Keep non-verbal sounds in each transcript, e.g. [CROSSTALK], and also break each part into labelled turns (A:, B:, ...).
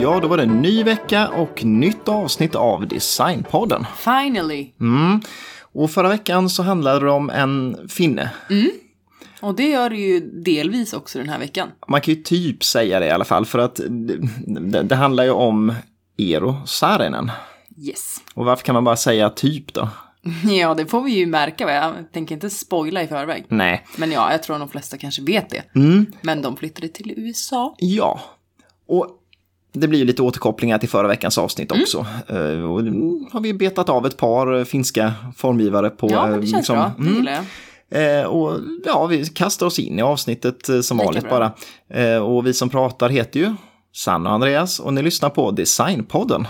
A: Ja, då var det en ny vecka och nytt avsnitt av Designpodden.
B: Finally!
A: Mm. Och förra veckan så handlade det om en finne.
B: Och det gör det ju delvis också den här veckan.
A: Man kan ju typ säga det i alla fall för att det, det handlar ju om Eero Saarinen.
B: Yes.
A: Och varför kan man bara säga typ då?
B: [LAUGHS] Ja, det får vi ju märka. va? Jag tänker inte spoila i förväg.
A: Nej. Mm,
B: Men ja, jag tror de flesta kanske vet det. Men de flyttade till USA.
A: Ja, och det blir ju lite återkopplingar till förra veckans avsnitt
B: Mm.
A: också. Eh, och nu har vi betat av ett par eh, finska formgivare på...
B: Ja,
A: eh,
B: men det känns
A: liksom,
B: bra. Det
A: mm.
B: gillar jag.
A: Eh, och ja, vi kastar oss in i avsnittet eh, som
B: Lika
A: vanligt bara.
B: bra.
A: Eh, och vi som pratar heter ju Sanna och Andreas och ni lyssnar på Designpodden.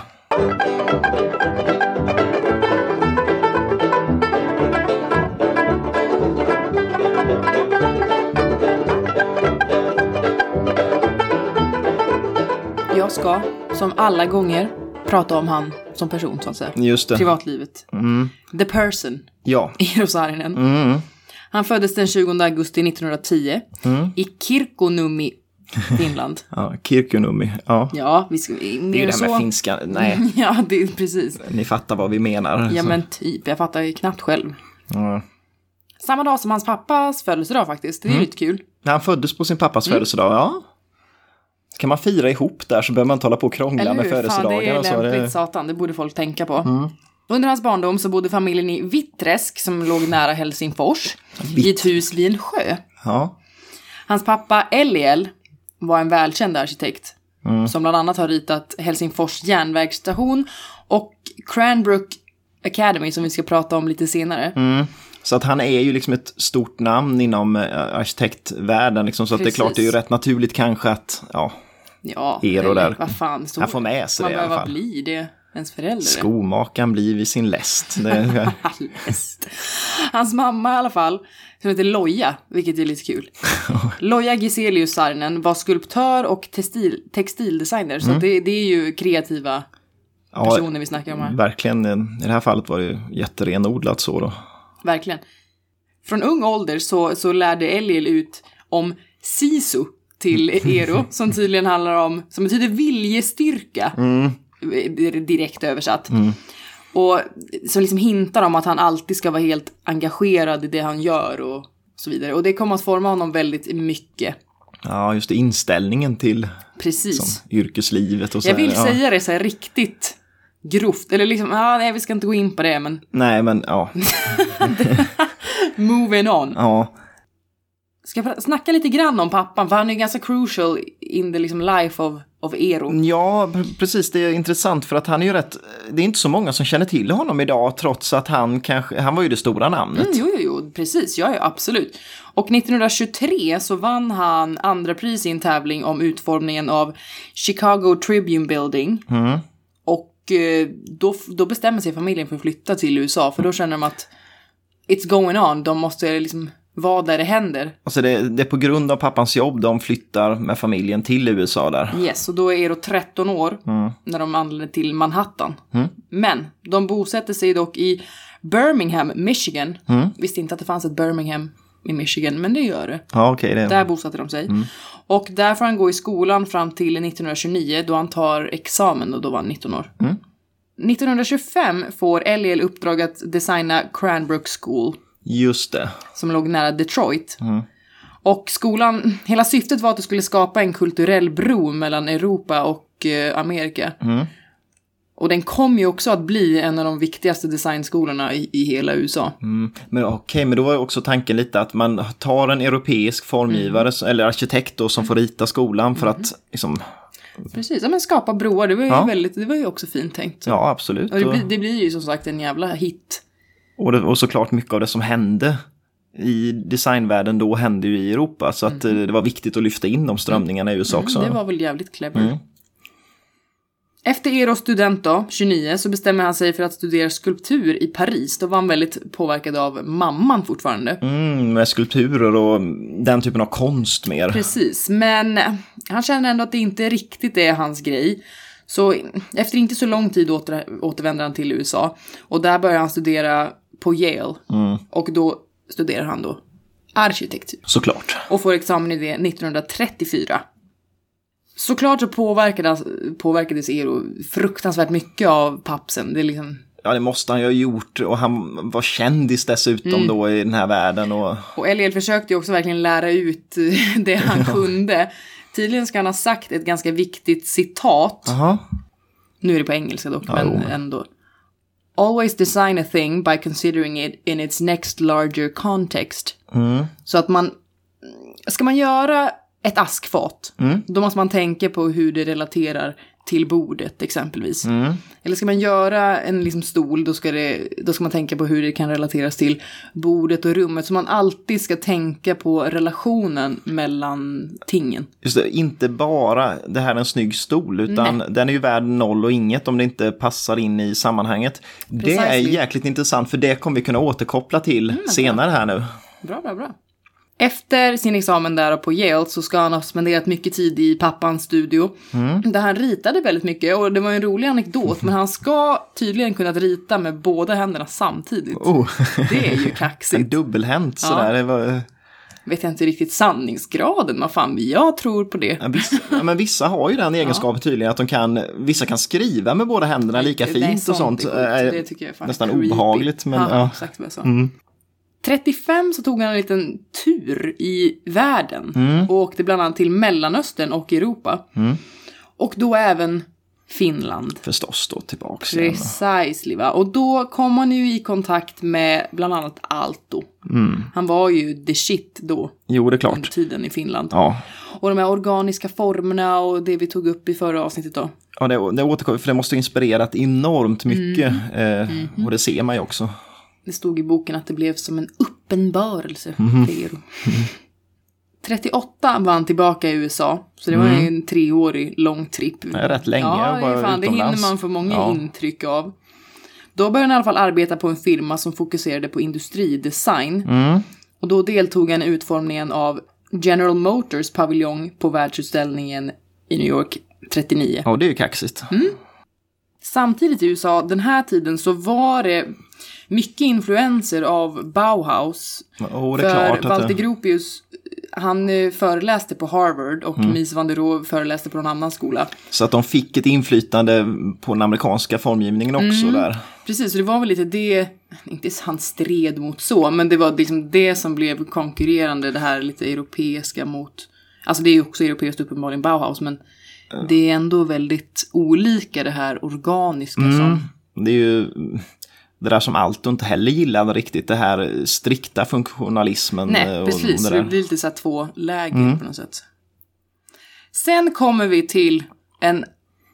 B: Jag ska, som alla gånger, prata om han som person, så att säga.
A: Just det.
B: Privatlivet. The person,
A: Ja.
B: Eero Saarinen.
A: Mm.
B: Han föddes den 20 augusti 1910
A: Mm.
B: i Kirkonummi,
A: [LAUGHS]
B: Finland.
A: ja, Kirkunummi. Ja.
B: Ja, vi ska...
A: Det är ju
B: Mer
A: det här med
B: så...
A: finska. Nej,
B: [LAUGHS] Ja, det är precis.
A: [LAUGHS] ni fattar vad vi menar.
B: Ja, men typ. Jag fattar ju knappt själv.
A: Alltså. Ja.
B: Samma dag som hans pappas födelsedag faktiskt. Det är
A: Mm.
B: lite kul.
A: När han föddes på sin pappas födelsedag, ja. Kan man fira ihop där så behöver man inte hålla på och krångla
B: Eller
A: med
B: hur? Fan, det
A: födelsedagar
B: är
A: och så.
B: lämpligt
A: Det... Mm.
B: satan. Det borde folk tänka på. Under hans barndom så bodde familjen i Vitträsk som låg nära Helsingfors. I ett hus vid en sjö.
A: Ja.
B: Hans pappa Eliel var en välkänd arkitekt.
A: Mm.
B: Som bland annat har ritat Helsingfors järnvägsstation och Cranbrook Academy som vi ska prata om lite senare.
A: Så att han är ju liksom ett stort namn inom eh, arkitektvärlden. Liksom, så att det är
B: Precis.
A: klart, det är ju rätt naturligt kanske att, ja,
B: Ja,
A: Eero
B: eller
A: där.
B: vad fan stod
A: Han får med sig
B: Man
A: det i alla
B: behöver
A: fall.
B: bli det, ens förälder.
A: skomakaren blir vid sin läst.
B: [LAUGHS]
A: Det,
B: Allest. Hans mamma i alla fall, som heter Loja, vilket är lite
A: [LAUGHS]
B: kul. Loja Giselius Sarnen var skulptör och textil, textildesigner, så att det, det är ju kreativa
A: Mm. ja,
B: personer vi snackar om här.
A: verkligen, eh, i det här fallet var det ju jätterenodlat så då.
B: Verkligen. Från ung ålder så, så lärde Eliel ut om sisu till
A: Mm. [LAUGHS]
B: Eero, som tydligen handlar om, som betyder viljestyrka.
A: Mm.
B: Det är Direkt översatt. Och som liksom hintar om att han alltid ska vara helt engagerad i det han gör och så vidare. Och det kommer att forma honom väldigt mycket.
A: Ja, just det, inställningen till
B: Precis.
A: som, yrkeslivet och så.
B: Jag vill
A: ja.
B: säga det så här riktigt grovt, eller liksom, ah, nej vi ska inte gå in på det, men
A: Nej, men ja.
B: moving on.
A: ja.
B: Ska jag pra- snacka lite grann om pappan? För han är ju ganska crucial in the liksom, life of, of
A: Mm.
B: Eero.
A: Ja, pre- precis. Det är intressant för att han är ju rätt... Det är inte så många som känner till honom idag trots att han kanske... Han var ju det stora namnet.
B: Mm, jo, jo, jo, precis. Ja, ja, absolut. Och 1923 så vann han andra pris i en tävling om utformningen av Chicago Tribune Building. Och eh, då, då bestämmer sig familjen för att flytta till USA, för då känner de att it's going on, de måste liksom vara där det händer.
A: Alltså det, det är på grund av pappans jobb de flyttar med familjen till USA där.
B: Yes, och då är Eero 13 år när de anländer till Manhattan. Men de bosätter sig dock i Birmingham, Michigan. Visste inte att det fanns ett Birmingham i Michigan, men det gör det.
A: Ja, okej. det.
B: Där bosatte de sig. Och där får han gå i skolan fram till 1929 då han tar examen och då var han 19 år. 1925 får Eliel uppdrag att designa Cranbrook School
A: Just det.
B: som låg nära Detroit.
A: Mm.
B: Och skolan, [CLEARS THROAT] hela syftet var att det skulle skapa en kulturell bro mellan Europa och eh, Amerika.
A: Mm.
B: Och den kom ju också att bli en av de viktigaste designskolorna i, i hela USA.
A: Mm. Men okej, men då var ju också tanken lite att man tar en europeisk formgivare
B: Mm.
A: eller arkitekt då som får rita skolan för att liksom...
B: Precis, ja, men skapa broar, det var ju,
A: Ja.
B: väldigt, det var ju också fint tänkt.
A: Ja, absolut.
B: Och det,
A: Och,
B: blir- det blir ju som sagt en jävla hit.
A: och, det, och såklart mycket av det som hände i designvärlden då hände ju i Europa. Så att eh, det var viktigt att lyfta in de strömningarna i USA också.
B: Mm.
A: Mm.
B: Det var väl jävligt clever. Efter Eros student då, 29, så bestämmer han sig för att studera skulptur i Paris. Då var han väldigt påverkad av mamman fortfarande.
A: Mm, med skulpturer och den typen av konst mer.
B: Precis, men han känner ändå att det inte riktigt är hans grej. Så efter inte så lång tid åter, återvänder han till USA och där börjar han studera på Yale. Och då studerar han då arkitektur
A: Såklart.
B: och får examen i det 1934. Såklart så påverkades, påverkades Eero fruktansvärt mycket av papsen. Det är liksom,
A: Ja, det måste han ju ha gjort och han var kändis dessutom
B: Mm.
A: då i den här världen. Och...
B: och Eliel försökte ju också verkligen lära ut [LAUGHS] det han kunde. Tydligen ska han ha sagt ett ganska viktigt citat.
A: Aha.
B: Nu är det på engelska dock, men
A: jo.
B: ändå. Always design a thing by considering it in its next larger context. Så att man... Ska man göra ett askfat, då måste man tänka på hur det relaterar till bordet exempelvis. Eller ska man göra en liksom, stol, då ska, det, då ska man tänka på hur det kan relateras till bordet och rummet. Så man alltid ska tänka på relationen mellan tingen.
A: Just det, inte bara det här är en snygg stol, utan den är ju värd noll och inget om det inte passar in i sammanhanget. Det är
B: Precisely.
A: jäkligt intressant för det kommer vi kunna återkoppla till
B: Mm,
A: senare här nu.
B: Bra, bra, bra. Efter sin examen där på Yale så ska han ha spenderat mycket tid i pappans studio. Där han ritade väldigt mycket och det var ju en rolig anekdot. Men han ska tydligen kunna rita med båda händerna samtidigt. [LAUGHS]
A: Oh,
B: Det är ju
A: en [LAUGHS]
B: kaxigt.
A: dubbelhänt sådär. Det var,
B: Vet jag inte riktigt sanningsgraden, men fan jag tror på det.
A: ja, vissa, ja, men vissa har ju den egenskapen tydligen att de kan, vissa kan skriva med båda händerna lika
B: Nej,
A: fint och sånt.
B: är sjukt. det
A: Eh,
B: tycker jag är fan
A: nästan
B: creepy.
A: obehagligt, men
B: ja,
A: ja. Mm.
B: exakt vad jag sa. 35 så tog han en liten tur i världen
A: Mm.
B: och åkte bland annat till Mellanöstern och Europa. Och då även Finland.
A: Förstås då tillbaks igen.
B: Precisely va. Och då kom han ju i kontakt med bland annat Aalto.
A: Mm.
B: Han var ju the shit då,
A: Jo, det är
B: under
A: klart.
B: tiden i Finland.
A: Ja,
B: Och de här organiska formerna och det vi tog upp i förra avsnittet då.
A: ja det, det återkommer, för det måste ha inspirerat enormt mycket. Eh,
B: Mm.
A: Och det ser man ju också.
B: Det stod i boken att det blev som en uppenbarelse
A: Mhm.
B: för Eero. 38 var han tillbaka i USA, så det var ju en treårig lång tripp. Det
A: är rätt Mm. länge
B: Ja,
A: att
B: det, är
A: vara
B: fan, det hinner
A: utomlands.
B: man få många
A: Ja.
B: intryck av. Då började han i alla fall arbeta på en firma som fokuserade på industridesign.
A: Mm.
B: Och då deltog han i utformningen av General Motors paviljong på världsutställningen i New York 39.
A: Ja, det är ju kaxigt.
B: Mm. Samtidigt i USA, den här tiden, så var det mycket influenser av Bauhaus.
A: Och det är
B: För
A: klart att
B: Walter
A: det,
B: Gropius, han eh, föreläste på Harvard och
A: Mm.
B: Mies van der Rohe föreläste på någon annan skola.
A: Så att de fick ett inflytande på den amerikanska formgivningen
B: Mm.
A: också där.
B: Precis, så det var väl lite det, inte han stred mot så, men det var liksom det som blev konkurrerande, det här lite europeiska mot, alltså det är ju också europeiskt uppenbarligen Bauhaus, men det är ändå väldigt olika det här organiska
A: Mm.
B: som
A: Det är ju det där som Alto inte heller gillade riktigt, det här strikta funktionalismen. eh,
B: Nej,
A: och
B: precis.
A: Det Mm.
B: Det, det
A: där.
B: blir lite så här två läger på något sätt. Sen kommer vi till en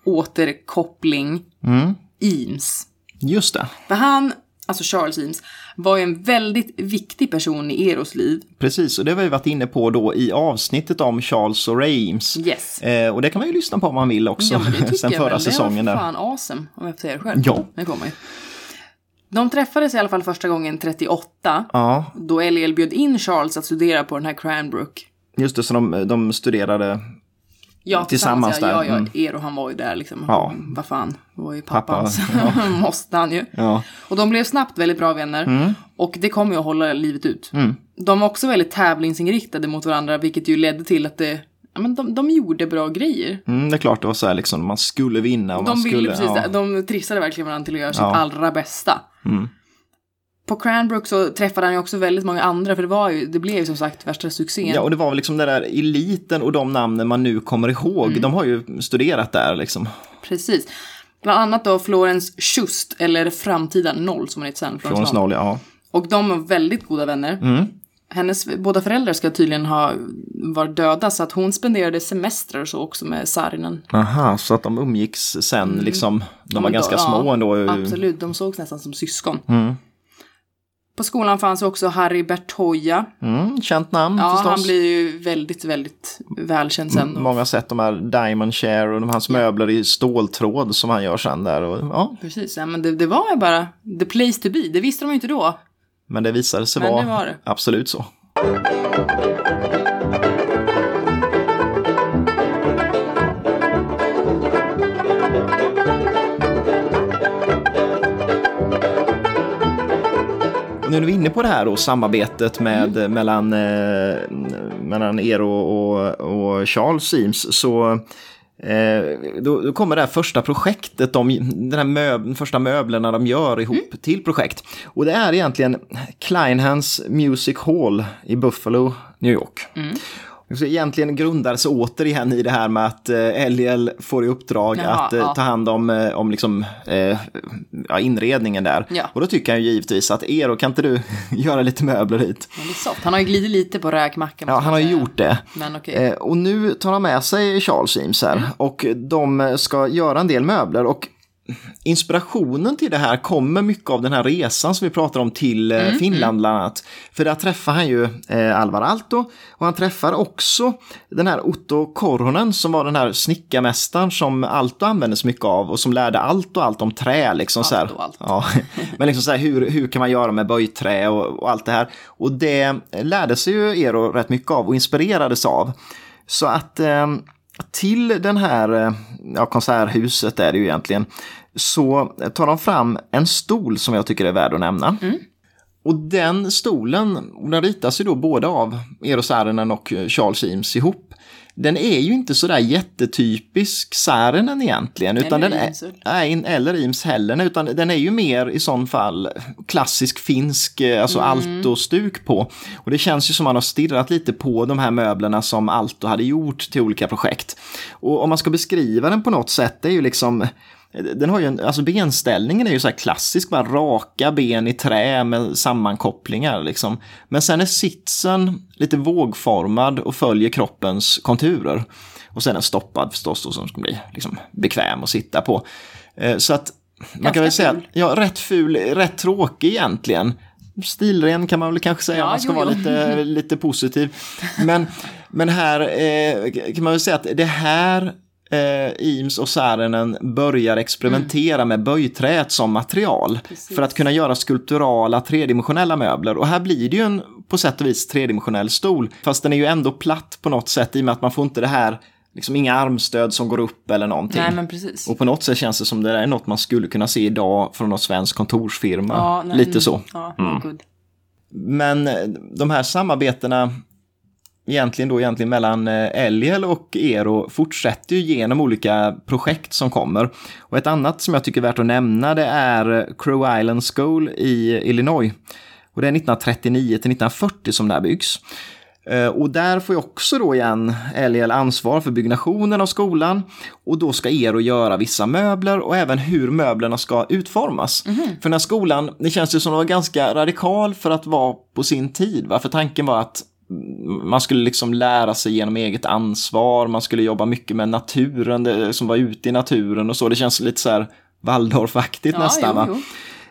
B: återkoppling.
A: Mm.
B: Eames.
A: Just det,
B: För han, alltså Charles Eames, var ju en väldigt viktig person i Eros liv.
A: precis. Och det har vi varit inne på då i avsnittet om Charles och Reims.
B: Yes.
A: Eh, och det kan man ju lyssna på om man vill också, [LAUGHS]
B: Ja, men det tycker
A: sen
B: jag
A: förra
B: väl.
A: säsongen.
B: Det var
A: Där.
B: fan awesome, om jag får säga det själv.
A: Ja.
B: Det kommer ju. De träffades i alla fall första gången 38.
A: Ja,
B: Då LL bjöd in Charles att studera på den här Cranbrook.
A: just det, så de, de studerade
B: Ja,
A: Tillsammans
B: ja,
A: där,
B: Ja,
A: mm.
B: ja, Eero han var ju där liksom.
A: Ja.
B: Vad fan, det var ju
A: Pappa,
B: pappans. [LAUGHS] Måste han ju.
A: ja, Mm.
B: Och de blev snabbt väldigt bra vänner. Och det kommer ju att hålla livet ut. De var också väldigt tävlingsinriktade mot varandra, vilket ju ledde till att det, ja, men de, de gjorde bra grejer.
A: mm, det är klart det var så här liksom, man skulle vinna. Och man
B: De ville
A: skulle,
B: precis
A: ja.
B: det. De trissade verkligen varandra till att göra sitt
A: Ja. Mm.
B: allra bästa. På Cranbrook så träffade han ju också väldigt många andra, för det, var ju, det blev ju som sagt värsta succén.
A: Ja, och det var väl liksom den där eliten och de namnen man nu kommer ihåg.
B: Mm.
A: De har ju studerat där liksom.
B: Precis. Bland annat då Florence Schust, eller framtida noll som hon heter sen.
A: Från Mm.
B: Noll.
A: Snål, ja.
B: Och de var väldigt goda vänner. Hennes båda föräldrar ska tydligen ha varit döda så att hon spenderade semestrar och så också med Saarinen.
A: Aha, så att de umgicks sen
B: Mm.
A: liksom. De var
B: men då-
A: ganska
B: ja,
A: små ändå.
B: Absolut, de sågs nästan som syskon.
A: Mm.
B: På skolan fanns också Harry Bertoya.
A: Mm, känt namn
B: Ja,
A: förstås. Mm,
B: han blir ju väldigt, väldigt välkänd sen.
A: Många har sett de här Diamond Share och de hans möbler i ståltråd som han gör sen där. Och, ja,
B: Precis, ja, men det, det var ju bara the place to be. Det visste de ju inte då.
A: men det visade sig
B: Men
A: vara
B: det var det.
A: absolut så. Och Nu är vi inne på det här då, samarbetet med,
B: Mm.
A: mellan, eh, mellan er och, och, och Charles Eames. Så Eh, då, då kommer det här första projektet, de, den här möb, första möblerna de gör ihop
B: Mm.
A: till projekt. Och det är egentligen Kleinhans Music Hall i Buffalo, New York.
B: Mm.
A: Så egentligen grundar sig återigen i det här med att eh, LL får i uppdrag
B: Jaha,
A: att eh,
B: ja.
A: ta hand om, eh, om liksom, eh, ja, inredningen där.
B: Ja.
A: Och då tycker han ju givetvis att Eero, kan inte du [LAUGHS] göra lite möbler hit?
B: Men det är soft. Han har ju glidit lite på räkmackan.
A: Ja, han
B: måste
A: har
B: man
A: ju
B: säga.
A: gjort det.
B: Men okej.
A: Eh, och nu tar han med sig Charles Eames här och de eh, ska göra en del möbler. Och inspirationen till det här kommer mycket av den här resan som vi pratar om till eh, Finland bland annat. För där träffar han ju eh, Alvar Aalto och han träffar också den här Otto Korhonen som var den här snickarmästaren som Aalto använde så mycket av och som lärde Aalto allt om trä. Liksom, så här.
B: Aalto allt. [LAUGHS]
A: Ja, men liksom så här, hur, hur kan man göra med böjträ och, och allt det här. Och det lärde sig ju Eero rätt mycket av och inspirerades av. Så att eh, till den här eh, ja, konserthuset är det ju egentligen så tar de fram en stol som jag tycker är värd att nämna.
B: Mm.
A: Och den stolen, och den ritas ju då både av Eero Saarinen och eh, Charles Eames ihop. Den är ju inte sådär jättetypisk Saarinen egentligen. Utan
B: Eller
A: den är,
B: Eames, eller?
A: Nej, in- eller Eames heller, utan den är ju mer i sån fall klassisk finsk, eh, alltså alto-stuk på. Och det känns ju som man har stirrat lite på de här möblerna som alto hade gjort till olika projekt. Och om man ska beskriva den på något sätt, det är ju liksom den har ju en, alltså benställningen är ju så här klassisk, bara raka ben i trä med sammankopplingar liksom. Men sen är sitsen lite vågformad och följer kroppens konturer. Och sen en stoppad förstås då som ska bli liksom, bekväm att sitta på. Eh, Så att man
B: Ganska
A: kan väl säga,
B: ful.
A: ja rätt ful, rätt tråkig egentligen. Stilren kan man väl kanske säga
B: Ja,
A: om man ska
B: jo,
A: vara
B: jo. [LAUGHS]
A: lite, lite positiv. Men, men här eh, kan man väl säga att det här eh, Eames och Saarinen börjar experimentera
B: Mm.
A: med böjträet som material
B: Precis.
A: för att kunna göra skulpturala tredimensionella möbler. Och här blir det ju en på sätt och vis tredimensionell stol, fast den är ju ändå platt på något sätt i och med att man får inte det här, liksom inga armstöd som går upp eller någonting.
B: Nej, men precis.
A: Och på något sätt känns det som det där är något man skulle kunna se idag från någon svensk kontorsfirma.
B: Ja, nej,
A: Lite
B: mm.
A: så.
B: Ja, mm. good.
A: Men eh, de här samarbetena egentligen då egentligen mellan eh, Eliel och Eero fortsätter ju genom olika projekt som kommer. Och ett annat som jag tycker är värt att nämna det är eh, Crow Island School i Illinois. Och det är 1939 till 1940 som det här byggs. Eh, Och där får ju också då igen LL ansvar för byggnationen av skolan. Och då ska Eero göra vissa möbler och även hur möblerna ska utformas. För den här skolan, det känns ju som den var ganska radikal för att vara på sin tid. Va? För tanken var att mm, man skulle liksom lära sig genom eget ansvar, man skulle jobba mycket med naturen, det, som var ute i naturen och så. Det känns lite så här Waldorfaktigt
B: Ja,
A: nästan.
B: jo,
A: va?
B: jo.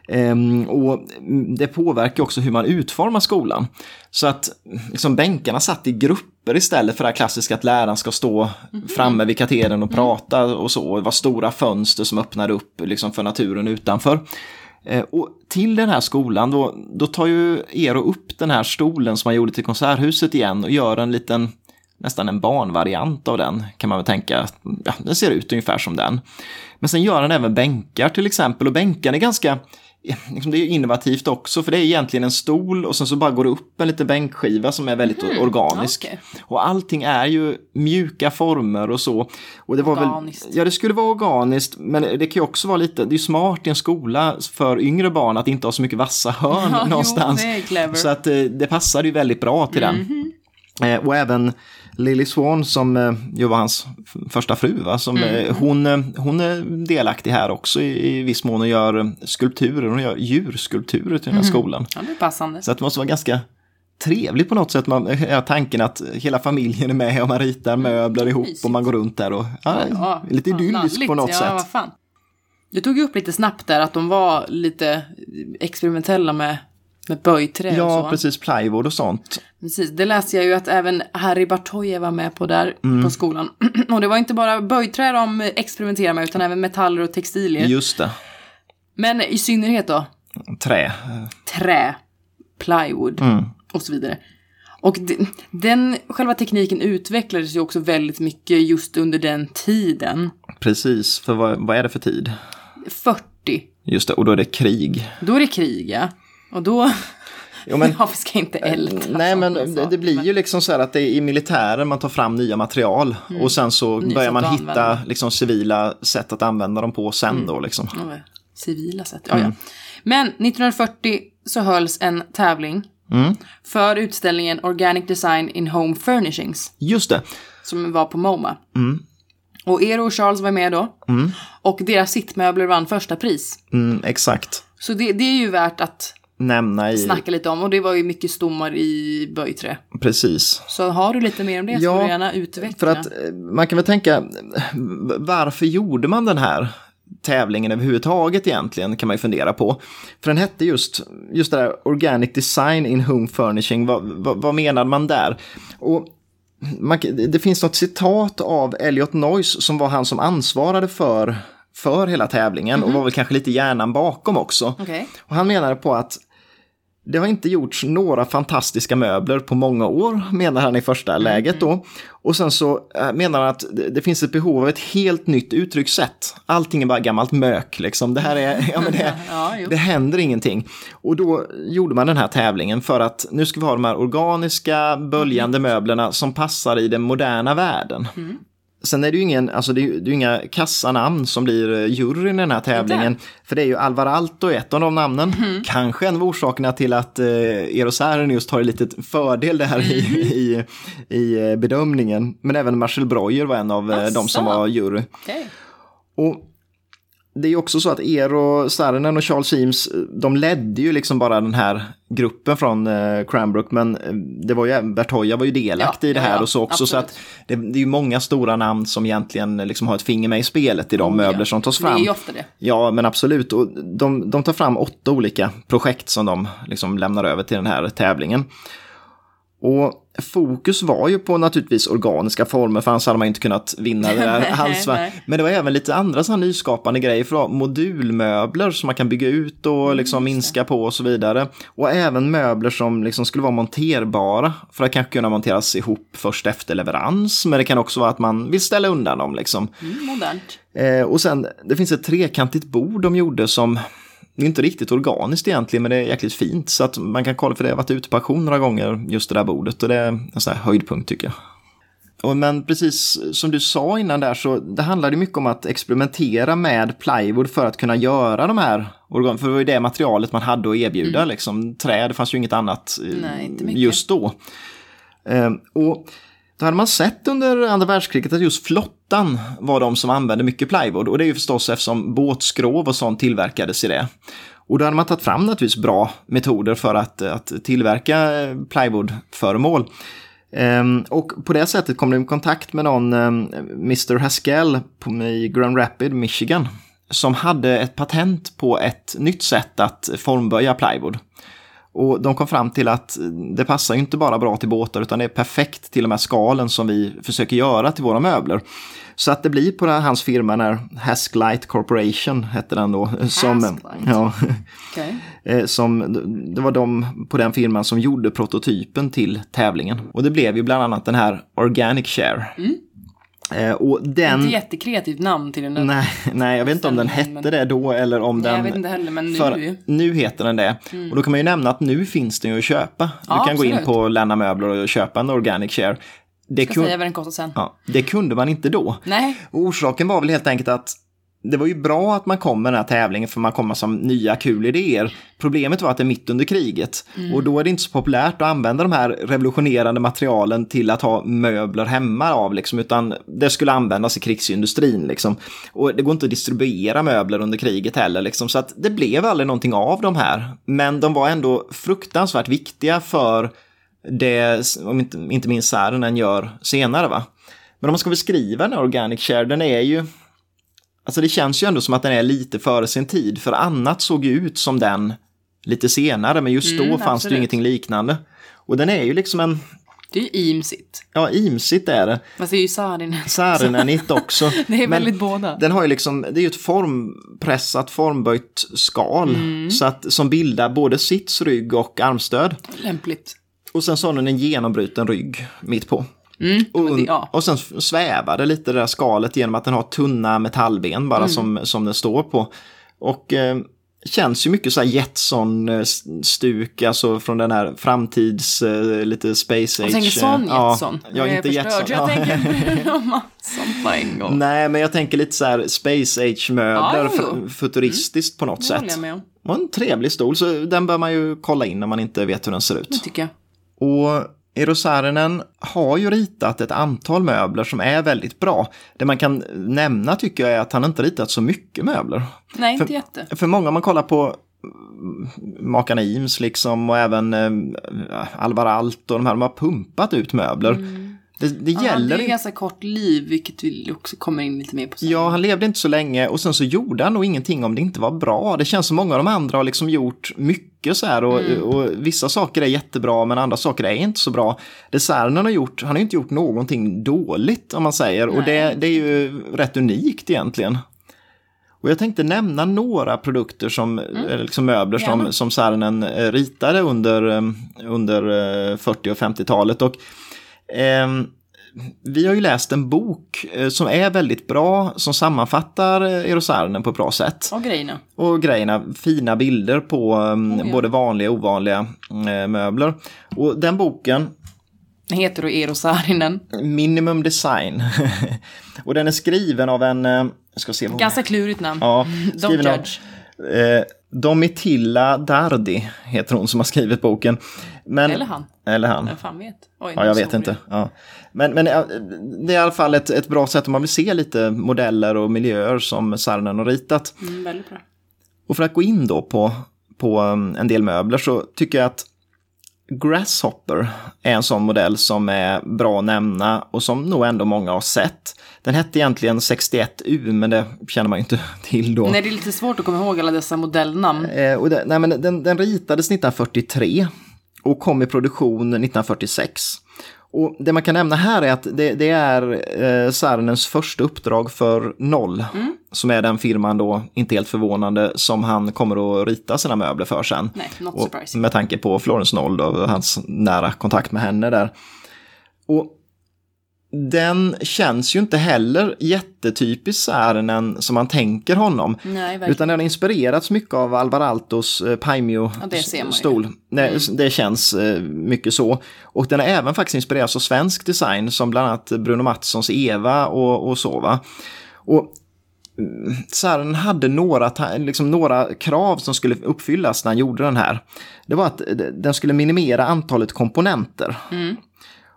A: Ehm, och mm, det påverkar också hur man utformar skolan. Så att mm, liksom, bänkarna satt i grupper istället för det här klassiska att läraren ska stå
B: Mhm.
A: framme vid katedern och
B: Mm.
A: prata och så. Och Det var stora fönster som öppnade upp liksom, för naturen utanför. Eh, Och till den här skolan, då, då tar ju Eero upp den här stolen som han gjorde till Konserthuset igen och gör en liten, nästan en barnvariant av den, kan man väl tänka. Ja, den ser ut ungefär som den. Men sen gör han även bänkar till exempel, och bänkarna är ganska, liksom, det är innovativt också, för det är egentligen en stol och sen så bara går det upp en liten bänkskiva som är väldigt organisk.
B: okej.
A: Och allting är ju mjuka former och så. Och det var
B: Organiskt.
A: Väl, ja, det skulle vara organiskt, men det kan ju också vara lite, det är ju smart i en skola för yngre barn att inte ha så mycket vassa
B: [LAUGHS]
A: hörn
B: Ja, jo,
A: någonstans.
B: det är clever. Mhm.
A: så att eh, det passade ju väldigt bra till den. Eh, och även Lily Swan som eh, ju var hans f- första fru, va? Som,
B: Mm.
A: eh, hon, eh, hon är delaktig här också i, i viss mån och gör eh, skulpturer, hon gör djurskulpturer till den här
B: Mhm.
A: skolan.
B: Ja, det är passande.
A: Så att det måste vara ganska trevligt på något sätt, man, ja, tanken att hela familjen är med och man ritar möbler ihop
B: Mm, mysigt.
A: och man går runt där och ja,
B: Ja,
A: Mm. lite
B: fan,
A: idylliskt
B: lalligt.
A: på något
B: ja,
A: sätt.
B: Vad fan. Du tog ju upp lite snabbt där att de var lite experimentella med, med böjträ och så.
A: Ja, precis, plywood och sånt.
B: Precis, det läste jag ju att även Harry Bartoje var med på där
A: Mm.
B: på skolan. [CLEARS THROAT] och det var inte bara böjträ de experimenterade med utan även metaller och textilier.
A: Just det,
B: Men i synnerhet då
A: trä.
B: trä, plywood
A: Mm.
B: och så vidare. Och de- den själva tekniken utvecklades ju också väldigt mycket just under den tiden.
A: Precis, för vad, vad är det för tid?
B: 40,
A: Just det, och då är det krig.
B: då är det krig ja. Och då,
A: Jo, men-
B: [LAUGHS]
A: Eh,
B: Ja, vi ska inte älta.
A: Nej, men
B: sådana
A: det, det blir
B: saker, Mm. Alltså, men-
A: ju liksom så här att det är i militären man tar fram nya material och sen så
B: Nya
A: börjar man
B: Mm. sätt att
A: hitta
B: använda. Mm.
A: liksom civila sätt att använda dem på sen då liksom.
B: Ja, Civila sätt, ja,
A: Mm.
B: ja. Men 1940 så hölls en tävling
A: Mm.
B: för utställningen Organic Design in Home Furnishings
A: Just det.
B: som var på MoMA.
A: Mm.
B: Och Eero och Charles var med då. Och deras sittmöbler vann första pris.
A: Mm, exakt.
B: Så det, det är ju värt att
A: Nämna i...
B: snacka lite om. Och det var ju mycket stommar i böjträ.
A: Precis.
B: Så har du lite mer om det så får
A: Ja,
B: du gärna utveckla.
A: För att eh, man kan väl tänka, eh, varför gjorde man den här tävlingen överhuvudtaget egentligen kan man ju fundera på. För den hette just, just det där Organic Design in Home Furnishing, vad, vad, vad menade man där? Och man, kan- det finns något citat av Elliot Noyce som var han som ansvarade för, för hela tävlingen och var väl kanske lite hjärnan bakom också.
B: Mhm. Okej.
A: Och han menade på att det har inte gjorts några fantastiska möbler på många år, menar han i första läget då. Och sen så eh, menar han att det, det finns ett behov av ett helt nytt uttryckssätt. Allting är bara gammalt mök liksom. Det här är, [LAUGHS] ja, men det,
B: Ja, jo.
A: det händer ingenting. Och då gjorde man den här tävlingen för att nu ska vi ha de här organiska, böljande
B: Mm.
A: möblerna som passar i den moderna världen. Sen är det ju ingen, alltså det är, ju- det är ju inga kassanamn som blir eh, juryn i den här tävlingen. För det är ju Alvar Aalto är ett av de namnen.
B: Mhm.
A: Kanske en av orsakerna till att eh, Eero Saarinen just har en liten fördel där i,
B: Mhm.
A: i, i eh, bedömningen. Men även Marcel Breuer var en av eh, de som
B: Asså.
A: var jury.
B: Okej.
A: Och det är ju också så att Eero Saarinen och Charles Eames, de ledde ju liksom bara den här gruppen från eh, Cranbrook, men eh, det var ju, även- Bertoia var ju delaktig
B: Ja,
A: i det
B: ja,
A: här
B: ja,
A: och så också, så att
B: absolut.
A: det, det är ju många stora namn som egentligen liksom har ett finger med i spelet i de möbler
B: Oh, ja.
A: som tas
B: Det är
A: fram.
B: ju ofta det.
A: Ja, men absolut. Och de, de tar fram åtta olika projekt som de liksom lämnar över till den här tävlingen. Och fokus var ju på naturligtvis organiska former, för annars hade man inte kunnat vinna det där
B: [LAUGHS] Nej,
A: alls. va?
B: nej.
A: Men det var även lite andra sådana nyskapande grejer, för att ha modulmöbler som man kan bygga ut
B: Mm,
A: och liksom minska på och så vidare. Och även möbler som liksom skulle vara monterbara, för att kanske kunna monteras ihop först efter leverans. Men det kan också vara att man vill ställa undan dem. Liksom.
B: Mm, modernt.
A: Eh, och sen, det finns ett trekantigt bord de gjorde som det är inte riktigt organiskt egentligen, men det är jäkligt fint. Så att man kan kolla, för det har varit ute på auktion några gånger, just det där bordet. Och det är en sån här höjdpunkt tycker jag. Och, men precis som du sa innan där, så det handlade mycket om att experimentera med plywood för att kunna göra de här organ. För det var ju det materialet man hade att erbjuda, liksom. Trä, det fanns ju inget annat eh,
B: Mm. Nej, inte mycket.
A: just då. Eh, och då hade man sett under andra världskriget att just flottan var de som använde mycket plywood. Och det är ju förstås eftersom båtskrov och sånt tillverkades i det. Och då hade man tagit fram naturligtvis bra metoder för att, att tillverka eh, plywoodföremål. Ehm, och på det sättet kom de i kontakt med någon, ehm, Mr Haskell på, i Grand Rapids, Michigan, som hade ett patent på ett nytt sätt att formböja plywood. Och de kom fram till att det passar ju inte bara bra till båtar utan det är perfekt till de här skalen som vi försöker göra till våra möbler. Så att det blir på den här, hans firma när Hasklight Corporation hette den då. Som,
B: Hasklight.
A: ja, [LAUGHS]
B: Okej.
A: eh, som, det var de på den firman som gjorde prototypen till tävlingen. Och det blev ju bland annat den här Organic Share.
B: Mm.
A: Eh, Och den...
B: Inte jättekreativt namn till den där.
A: Nej, nej, jag vet inte om den
B: Ställningen,
A: hette det då eller om
B: Nej,
A: den...
B: jag vet inte heller, men nu. Mm.
A: För, nu heter den det. Och då kan man ju nämna att nu finns den ju att köpa. Du
B: Ja,
A: kan gå in
B: absolut.
A: på Lärna Möbler och köpa en Organic Share. Det,
B: Jag
A: kun-
B: ska säga vad den kostar sen.
A: ja, det kunde man inte då.
B: Nej,
A: Och orsaken var väl helt enkelt att det var ju bra att man kom med den här tävlingen för man kommer som nya kul idéer. Problemet var att det är mitt under kriget och då är det inte så populärt att använda de här revolutionerande materialen till att ha möbler hemma av liksom, utan det skulle användas i krigsindustrin liksom. Och det går inte att distribuera möbler under kriget heller liksom, så att det blev aldrig någonting av de här. Men de var ändå fruktansvärt viktiga för det, om inte, inte minst Särenen gör senare va. Men om man ska beskriva den här Organic Share, den är ju... Alltså det känns ju ändå som att den är lite före sin tid, för annat såg ju ut som den lite senare, men just då
B: Mm,
A: fanns det ju
B: absolut.
A: ingenting liknande. Och den är ju liksom en,
B: det är ju imsigt.
A: ja, imsigt är det.
B: Fast det är ju Saarinen.
A: Sarinanit också.
B: [LAUGHS] Det är
A: Men-
B: väldigt båda.
A: den har ju liksom, det är ju ett formpressat, formböjt skal
B: Mm.
A: så att, som bildar både sits, rygg och armstöd.
B: Lämpligt.
A: Och sen så har den en genombruten rygg mitt på.
B: Mm,
A: Och,
B: men det, ja.
A: och sen svävade lite det
B: Mm.
A: där skalet genom att den har tunna metallben bara som, som den står på. Och eh, känns ju mycket så här Jetson-stuk, alltså från den här framtids, eh, lite space age. eh,
B: Jag tänker sån
A: ja,
B: Jetson.
A: Ja, inte Jetson.
B: förstörd. Jag
A: Ja.
B: tänker Bruno Mattsson på en
A: [LAUGHS]
B: gång.
A: Nej, men jag tänker lite så här space age-möbler,
B: Ja, jo, jo. Mm.
A: fu- futuristiskt på något
B: Det håller
A: sätt.
B: jag med om.
A: Och en trevlig stol, så den bör man ju kolla in när man inte vet hur den ser
B: Det
A: ut.
B: tycker jag.
A: Och Eero Saarinen har ju ritat ett antal möbler som är väldigt bra. Det man kan nämna tycker jag är att han inte ritat så mycket möbler.
B: Nej, inte
A: För-
B: jätte.
A: För många, om man kollar på mm, makarna Ims liksom och även eh, Alvar Aalto och de här, de har pumpat ut möbler. Det, det
B: Han hade
A: gäller
B: ju
A: inte.
B: ganska kort liv, vilket vi också kommer in lite mer på sen.
A: Ja, han levde inte så länge och sen så gjorde han nog ingenting om det inte var bra. Det känns som många av de andra har liksom gjort mycket så här och,
B: Mm.
A: och vissa saker är jättebra men andra saker är inte så bra. Det Särnen har gjort, han har ju inte gjort någonting dåligt om man säger och det,
B: Nej.
A: det är ju rätt unikt egentligen. Och jag tänkte nämna några produkter som, eller liksom möbler som,
B: Mm. Gärna.
A: som Särnen eh, ritade under, eh, under eh, 40 och 50-talet. Och ehm, vi har ju läst en bok eh, som är väldigt bra, som sammanfattar eh, Eero Saarinen på ett bra sätt.
B: Och grejerna.
A: Och grejerna, fina bilder på eh,
B: Oh, ja.
A: både vanliga och ovanliga eh, möbler. Och den boken,
B: Den heter då Eero Saarinen.
A: Minimum Design, [LAUGHS] och den är skriven av en, eh, jag ska se vad hon
B: Ganska klurigt namn.
A: Ja,
B: [LAUGHS] Don't
A: skriven av
B: judge.
A: eh, Domitilla Dardi, heter hon som har skrivit boken. Men,
B: Eller han.
A: Eller han.
B: Vem fan vet? Oj,
A: Ja,
B: nu
A: jag
B: såg
A: vet
B: vi.
A: inte. Ja. Men, men eh, det är i alla fall ett, ett bra sätt om man vill se lite modeller och miljöer som Sarnen har ritat.
B: Mm, väldigt bra.
A: Och för att gå in då på, på um, en del möbler så tycker jag att Grasshopper är en sån modell som är bra att nämna och som nog ändå många har sett. Den hette egentligen 61U, men det känner man ju inte [LAUGHS] till då.
B: Nej, det är lite svårt att komma ihåg alla dessa modellnamn.
A: Eh, och det, nej, men den, den ritades 1943 och kom i produktion 1946. Och det man kan nämna här är att det, det är eh, Sarinens första uppdrag för Noll,
B: Mm.
A: som är den firman då, inte helt förvånande, som han kommer att rita sina möbler för sen.
B: Nej, not
A: Och
B: surprising.
A: med tanke på Florence Noll då, och hans nära kontakt med henne där. Och den känns ju inte heller jättetypisk Saarinen som man tänker honom.
B: Nej, verkligen.
A: Utan den har inspirerats mycket av Alvar Aaltos eh,
B: Ja, det ser man ju. Mm.
A: Paimio-stol. det, det känns eh, mycket så. Och den har även faktiskt inspirerats av svensk design som bland annat Bruno Mattssons Eva och, och så. Va? Och Saren hade några, ta- liksom några krav som skulle uppfyllas när han gjorde den här. Det var att eh, den skulle minimera antalet komponenter.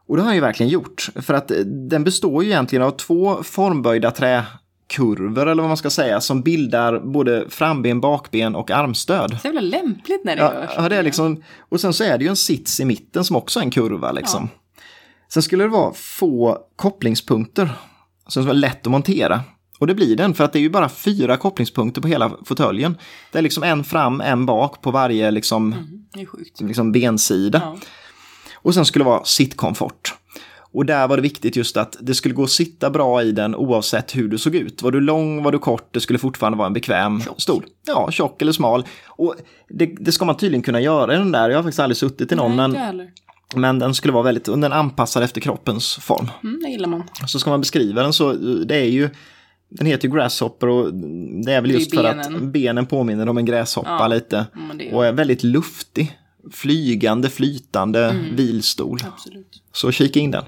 A: Och det har han ju verkligen gjort. För att eh, den består ju egentligen av två formböjda träkurvor eller vad man ska säga som bildar både framben, bakben och armstöd.
B: Så jävla lämpligt när det
A: Ja,
B: görs.
A: ja, det är liksom, och sen så är det ju en sits i mitten som också är en kurva. Liksom. Sen skulle det vara få kopplingspunkter som var lätt att montera. Och det blir den, för att det är ju bara fyra kopplingspunkter på hela fåtöljen. Det är liksom en fram, en bak på varje liksom,
B: Mm, Det är sjukt.
A: liksom bensida.
B: Ja.
A: Och sen skulle det vara sittkomfort. Och där var det viktigt just att det skulle gå att sitta bra i den oavsett hur du såg ut. Var du lång, var du kort, det skulle fortfarande vara en bekväm stol. Ja, tjock eller smal. Och det, det ska man tydligen kunna göra i den där. Jag har faktiskt aldrig suttit i någon,
B: Nej,
A: men,
B: inte jag heller.
A: men den skulle vara väldigt, och den anpassad efter kroppens form.
B: Mm, det gillar man.
A: Så ska man beskriva den så, eh, det är ju, den heter ju Grasshopper och det är väl
B: Det är
A: just för att
B: benen.
A: benen påminner om en gräshoppa
B: Ja,
A: lite.
B: Ja, Men det är
A: Och är väldigt luftig, flygande, flytande
B: Mm.
A: vilstol.
B: absolut.
A: Så kika in den.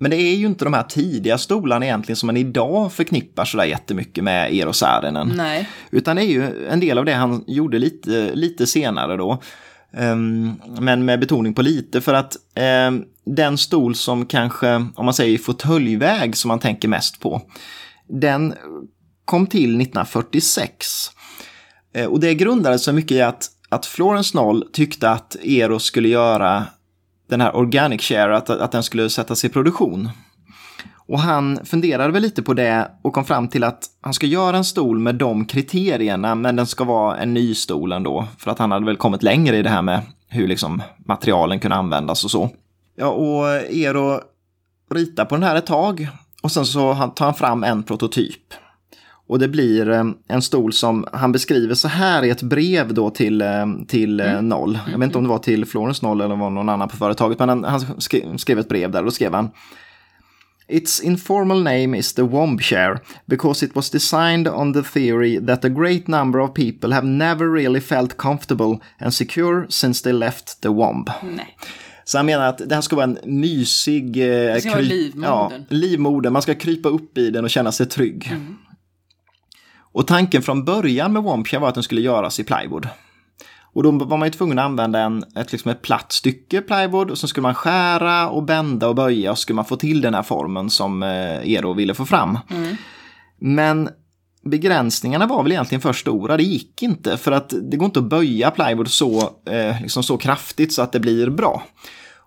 A: Men det är ju inte de här tidiga stolarna egentligen som man idag förknippar sådär jättemycket med Eero Saarinen.
B: Nej,
A: Utan det är ju en del av det han gjorde lite, lite senare då. Ehm, men med betoning på lite för att ehm, den stol som kanske, om man säger i fåtöljväg som man tänker mest på. Den kom till 1946. Eh, Och det grundades så mycket i att, att Florence Noll tyckte att Eros skulle göra den här Organic Share, att, att den skulle sättas i produktion. Och han funderade väl lite på det och kom fram till att han ska göra en stol med de kriterierna, men den ska vara en ny stol ändå. För att han hade väl kommit längre i det här med hur liksom materialen kunde användas och så. Ja, och Eero ritar på den här ett tag och sen så han- tar han fram en prototyp. Och det blir eh, en stol som han beskriver så här i ett brev då till, eh, till eh, Noll. Jag vet inte om det var till Florence Noll eller var någon annan på företaget, men han, han skri- skrev ett brev där och då skrev han Its informal name is the Womb Chair because it was designed on the theory that a great number of people have never really felt comfortable and secure since they left the Womb.
B: Nej.
A: Så han menar att det här ska vara en mysig... Eh, det
B: ska vara livmodern.
A: Ja, livmodern. Man ska krypa upp i den och känna sig trygg.
B: Mm.
A: Och tanken från början med Wompia var att den skulle göras i plywood. Och då var man ju tvungen att använda en, ett, liksom ett platt stycke plywood och så skulle man skära och bända och böja och så skulle man få till den här formen som eh, Eero ville få fram.
B: Mm,
A: Men begränsningarna var väl egentligen för stora, det gick inte för att det går inte att böja plywood så, eh, liksom så kraftigt så att det blir bra.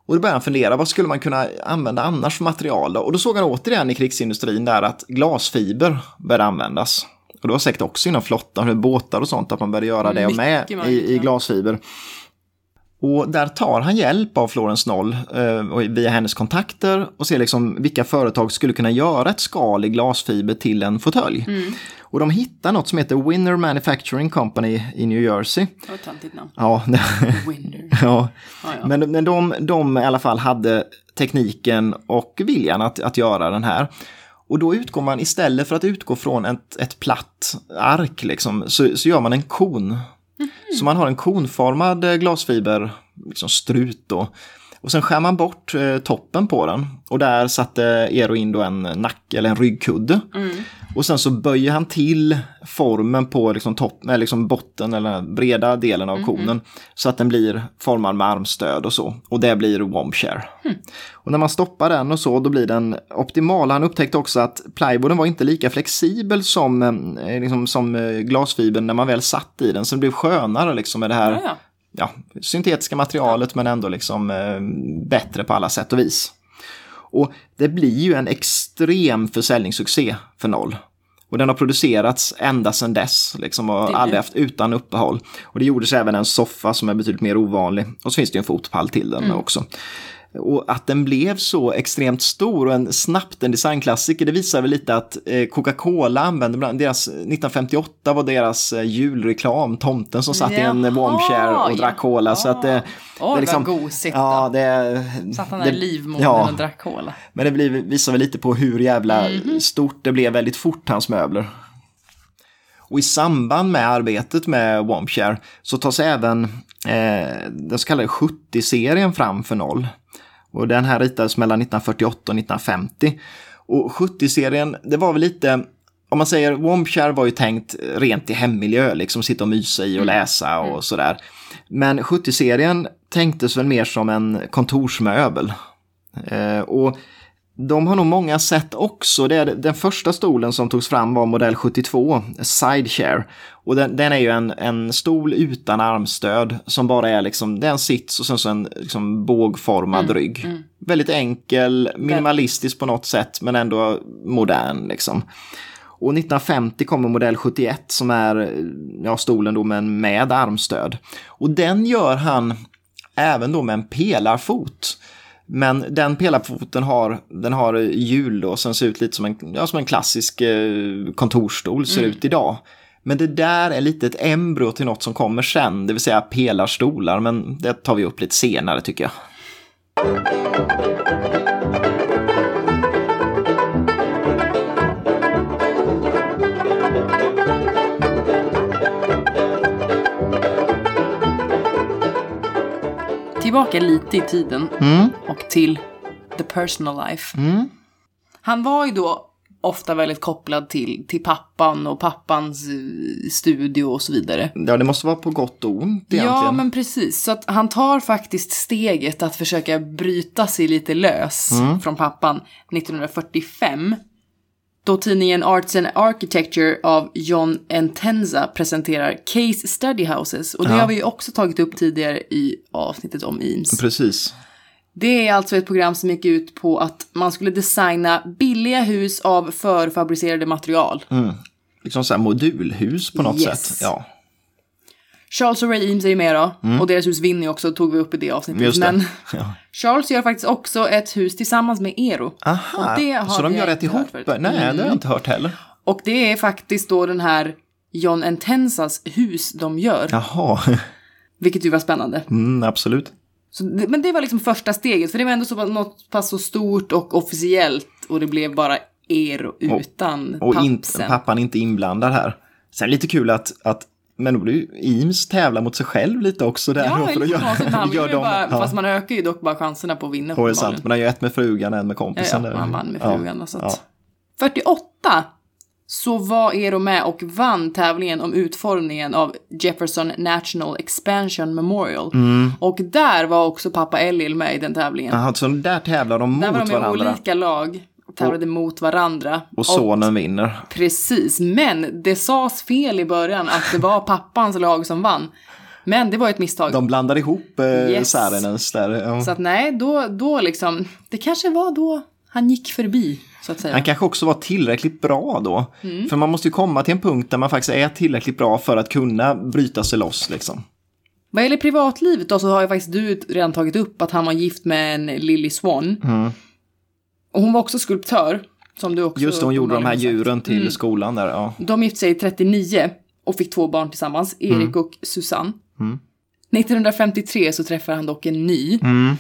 A: Och då började han fundera, vad skulle man kunna använda annars för material då? Och då såg han återigen i krigsindustrin där att glasfiber började användas. Och det var säkert också inom flottan, hur båtar och sånt, att man började göra det
B: Mycket
A: med
B: möjligt,
A: i, i
B: ja.
A: glasfiber. Och där tar han hjälp av Florence Noll eh, och via hennes kontakter och ser liksom vilka företag skulle kunna göra ett skal i glasfiber till en fåtölj.
B: mm.
A: Och de hittar något som heter Winner Manufacturing Company i New Jersey.
B: Det var ett töntigt
A: [LAUGHS]
B: namn.
A: Ja,
B: Winner.
A: ja.
B: Ja, ja.
A: Men, men de, de i alla fall hade tekniken och viljan att, att göra den här. Och då utgår man istället för att utgå från ett, ett platt ark liksom, så, så gör man en kon. Så man har en konformad eh, glasfiber, liksom strut då. Och sen skär man bort eh, toppen på den och där satte Eero in då en nack eller en ryggkudde. Och sen så böjer han till formen på liksom topp, eller liksom botten eller den breda delen av konen så att den blir formad med armstöd och så. Och det blir wombshare. Och när man stoppar den och så då blir den optimal. Han upptäckte också att plywooden var inte lika flexibel som, eh, liksom, som eh, glasfibern när man väl satt i den. Så det blev skönare liksom med det här
B: Ja, ja.
A: ja, syntetiska materialet men ändå liksom eh, bättre på alla sätt och vis. Och det blir ju en extrem försäljningssuccé för Noll. Och den har producerats ända sedan dess, liksom, och
B: Det är
A: aldrig
B: det.
A: haft utan uppehåll. Och det gjordes även en soffa som är betydligt mer ovanlig. Och så finns det ju en fotpall till den
B: Mm.
A: också. Och att den blev så extremt stor och en snabbt en designklassiker, det visar väl lite att eh, Coca-Cola använde bland deras, 1958 var deras eh, julreklam, tomten som satt i en
B: Jaha,
A: bombshare och drack
B: ja.
A: cola. Så att det,
B: Åh,
A: det
B: vad
A: är liksom,
B: gosigt
A: Ja,
B: då.
A: det,
B: Satt han där i
A: det,
B: livmodern
A: ja.
B: och drack cola.
A: men det blir, visar väl lite på hur jävla stort det blev väldigt fort, hans möbler. Och i samband med arbetet med Wompshare så tas även eh, den så kallade 70-serien fram för noll. Och den här ritades mellan 1948 och 1950. Och 70-serien, det var väl lite, om man säger Wompshare var ju tänkt rent i hemmiljö, liksom sitta och mysa i och läsa och sådär. Men 70-serien tänktes väl mer som en kontorsmöbel. Eh, och de har nog många sett också. Det är, den första stolen som togs fram var modell 72, side chair. Och den, den är ju en, en stol utan armstöd som bara är liksom, det är en sits och sen så en liksom, bågformad rygg.
B: Mm.
A: Väldigt enkel, minimalistisk på något sätt men ändå modern liksom. Och 1950 kommer modell 71 som är ja, stolen då men med armstöd. Och den gör han även då med en pelarfot. Men den pelarfoten har, den har hjul då, sen ser ut lite som en, ja, som en klassisk eh, kontorsstol ser ut idag. Men det där är lite ett embryo till något som kommer sen, det vill säga pelarstolar, men det tar vi upp lite senare tycker jag.
B: Tillbaka lite i tiden
A: Mm,
B: och till the personal life.
A: mm,
B: Han var ju då ofta väldigt kopplad till, till pappan och pappans eh, studio och så vidare.
A: ja, det måste vara på gott och ont egentligen.
B: Ja, men precis. Så att han tar faktiskt steget att försöka bryta sig lite lös
A: Mm.
B: från pappan 1945. Då tidningen Arts and Architecture av John Entenza presenterar Case Study Houses. Och det
A: Ja.
B: har vi ju också tagit upp tidigare i avsnittet om IMS.
A: Precis.
B: Det är alltså ett program som gick ut på att man skulle designa billiga hus av förfabricerade material.
A: Liksom så här modulhus på något
B: Yes.
A: sätt. Ja.
B: Charles och Ray Eames är ju med då, och deras hus vinner ju också, tog vi upp i det avsnittet.
A: Mm. Just det.
B: Men [LAUGHS]
A: Ja.
B: Charles gör faktiskt också ett hus tillsammans med Eero.
A: Aha,
B: Och det har
A: så de
B: jag
A: gör rätt
B: inte
A: ihop?
B: hört
A: Nej,
B: förut.
A: det har jag inte hört heller.
B: Och det är faktiskt då den här John Entensas hus de gör,
A: Jaha, [LAUGHS]
B: vilket ju var spännande.
A: mm, absolut.
B: Så det, men det var liksom första steget, för det var ändå så, något pass så stort och officiellt rätt och det blev bara Ero utan
A: Och in,
B: pappsen.
A: pappan är inte inblandad här. Sen lite kul att, att men då blir ju Eames tävlar mot sig själv lite också där.
B: Ja,
A: då,
B: det är lite konstigt. men Han
A: [LAUGHS]
B: vill
A: gör
B: ju
A: dem-
B: bara,
A: ja,
B: Fast man ökar ju dock bara chanserna på att vinna.
A: det är sant,
B: uppenbarligen.
A: men han gör ett med frugan och en med
B: Ja,
A: kompisen.
B: ja,
A: där.
B: han vann med
A: Ja,
B: frugan. då, Så
A: ja.
B: att. 48 så var Eero med och vann tävlingen om utformningen av Jefferson National Expansion Memorial.
A: Mm.
B: Och där var också pappa Elil med i den tävlingen.
A: Aha, så där tävlar de mot
B: där var de i
A: varandra
B: olika lag och tävlade mot varandra.
A: och sonen vinner.
B: Precis, men det sades fel i början att det var [LAUGHS] pappans lag som vann. Men det var ett misstag.
A: De blandar ihop eh,
B: Yes.
A: Särinens där. Ja.
B: Så att nej, då, då liksom, det kanske var då han gick förbi, så att säga.
A: Han kanske också var tillräckligt bra då. För man måste ju komma till en punkt där man faktiskt är tillräckligt bra för att kunna bryta sig loss. Liksom.
B: Vad gäller privatlivet då så har ju faktiskt du redan tagit upp att han var gift med en Lily Swan.
A: Mm.
B: Och hon var också skulptör, som du också
A: Just det, hon gjorde de här
B: uppenbarligen har sagt.
A: djuren till skolan där. Ja.
B: De gifte sig 39 och fick två barn tillsammans, Erik
A: Mm.
B: och Susanne. 1953 så träffar han dock en ny.
A: Mm.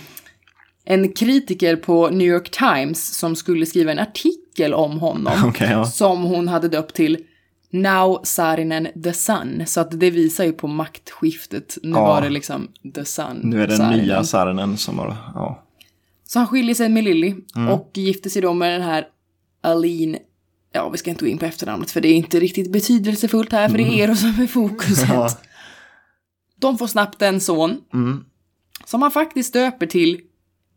B: En kritiker på New York Times som skulle skriva en artikel
A: [LAUGHS]
B: om honom.
A: Okej, ja.
B: Som hon hade döpt till Now Saarinen the Sun. Så att det visar ju på maktskiftet. Nu
A: Ja.
B: var det liksom the Sun.
A: Nu är det den
B: Saarinen.
A: nya Sarnen som har... [LAUGHS] Ja.
B: Så han skiljer sig med Lilly
A: Mm.
B: och gifter sig då med den här Aline Ja, vi ska inte gå in på efternamnet för det är inte riktigt betydelsefullt här för det är Eros som är fokuset.
A: Mm. Ja.
B: De får snabbt en son
A: Mm.
B: som han faktiskt döper till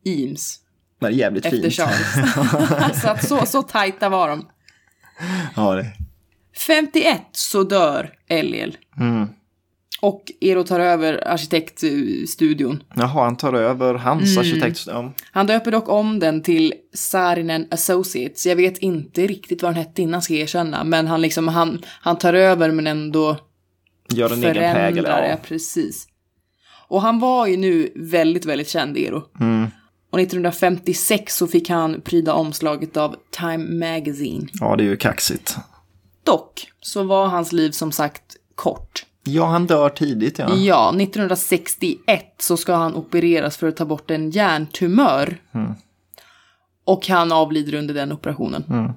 B: Eames
A: Men det är jävligt [LAUGHS]
B: efter
A: fint.
B: Charles. [LAUGHS] så, att så, så tajta var de.
A: Ja, det.
B: 51 så dör Eliel
A: Mm.
B: och Ero tar över arkitektstudion.
A: Jaha, han tar över hans arkitekt. Ja.
B: Han döper dock om den till Saarinen Associates. Jag vet inte riktigt vad den hette innan ska jag erkänna. Men han, liksom, han, han tar över men ändå
A: Gör en egen prägel.
B: förändrar
A: Ja.
B: det. Precis. Och han var ju nu väldigt, väldigt känd Eero.
A: Mm.
B: Och 1956 så fick han pryda omslaget av Time Magazine.
A: ja, det är ju kaxigt.
B: Dock så var hans liv som sagt kort.
A: Ja, han dör tidigt. Ja.
B: Ja, 1961 så ska han opereras för att ta bort en hjärntumör.
A: Mm.
B: Och han avlider under den operationen.
A: Mm.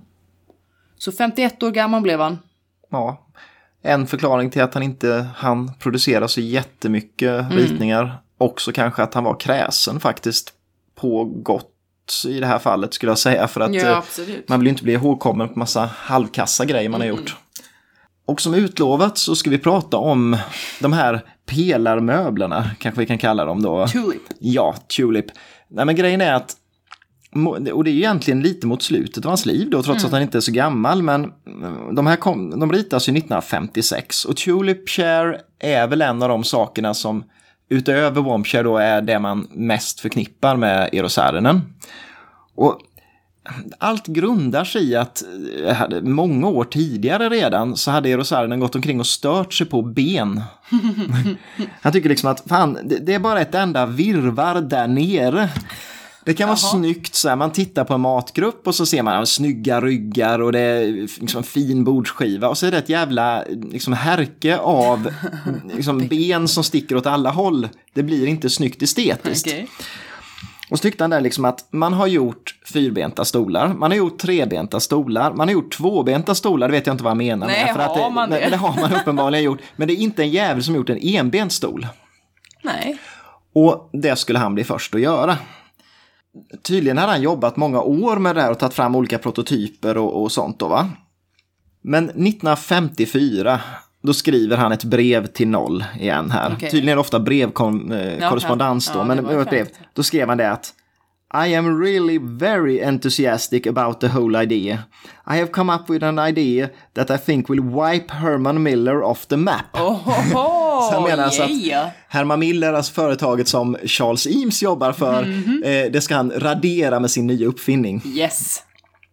B: Så 51 år gammal blev han.
A: ja. En förklaring till att han inte han producera så jättemycket ritningar. Också kanske att han var kräsen faktiskt. På gott i det här fallet skulle jag säga. För att eh,
B: absolut.
A: man vill ju inte bli ihågkommen på massa halvkassa grejer man har gjort. Och som utlovat så ska vi prata om de här pelarmöblerna, kanske vi kan kalla dem då.
B: Tulip.
A: Ja, Tulip. Nej, men grejen är att, och det är ju egentligen lite mot slutet av hans liv då, trots att han inte är så gammal, men de här kom, de ritas ju 1956 och Tulip Chair är väl en av de sakerna som utöver Wompshire då är det man mest förknippar med Eros Saarinen. Och allt grundar sig i att eh, hade- många år tidigare redan så hade Eros Saarinen gått omkring och stört sig på ben han tycker liksom att fan, det, det är bara ett enda virvar där nere. Det kan vara snyggt så här, man tittar på en matgrupp och så ser man ja, snygga ryggar och det är liksom en fin bordsskiva och så är det ett jävla liksom, härke av liksom, ben som sticker åt alla håll. Det blir inte snyggt estetiskt.
B: Okej.
A: Och så tyckte han där liksom att man har gjort fyrbenta stolar, man har gjort trebenta stolar, man har gjort tvåbenta stolar, det vet jag inte vad han menar
B: Nej,
A: med. att
B: har
A: det,
B: man
A: nej,
B: det?
A: men det har man uppenbarligen gjort. Men det är inte en jävel som gjort en enbent stol.
B: Nej.
A: Och det skulle han bli först att göra. Tydligen hade han jobbat många år med det här och tagit fram olika prototyper och, och sånt då va. Men 1954 då skriver han ett brev till noll igen här.
B: Okej.
A: Tydligen är det ofta brevkorrespondens
B: ja.
A: då,
B: Ja,
A: men
B: det
A: det var
B: var ju
A: ett brev.
B: skämt.
A: Då skrev han det att I am really very enthusiastic about the whole idea. I have come up with an idea that I think will wipe Herman Miller off the map.
B: Ohoho!
A: Sen menar han så att-
B: yeah.
A: Herman Miller, alltså företaget som Charles Eames jobbar för, eh, det ska han radera med sin nya uppfinning.
B: Yes.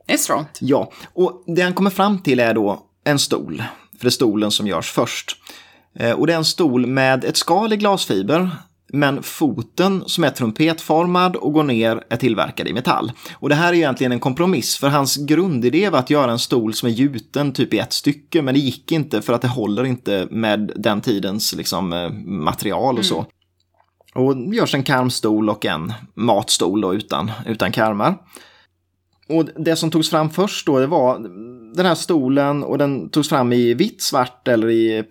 B: Det är strongt.
A: Ja, och det han kommer fram till är då en stol, för det är stolen som görs först. Eh, och det är en stol med ett skal i glasfiber, men foten som är trumpetformad och går ner är tillverkad i metall. Och det här är ju egentligen en kompromiss, för hans grundidé var att göra en stol som är gjuten typ i ett stycke, men det gick inte för att det håller inte med den tidens liksom, eh, material och så. Och görs en karmstol och en matstol då utan, utan karmar. Och det som togs fram först då, det var den här stolen och den togs fram i vitt, svart eller i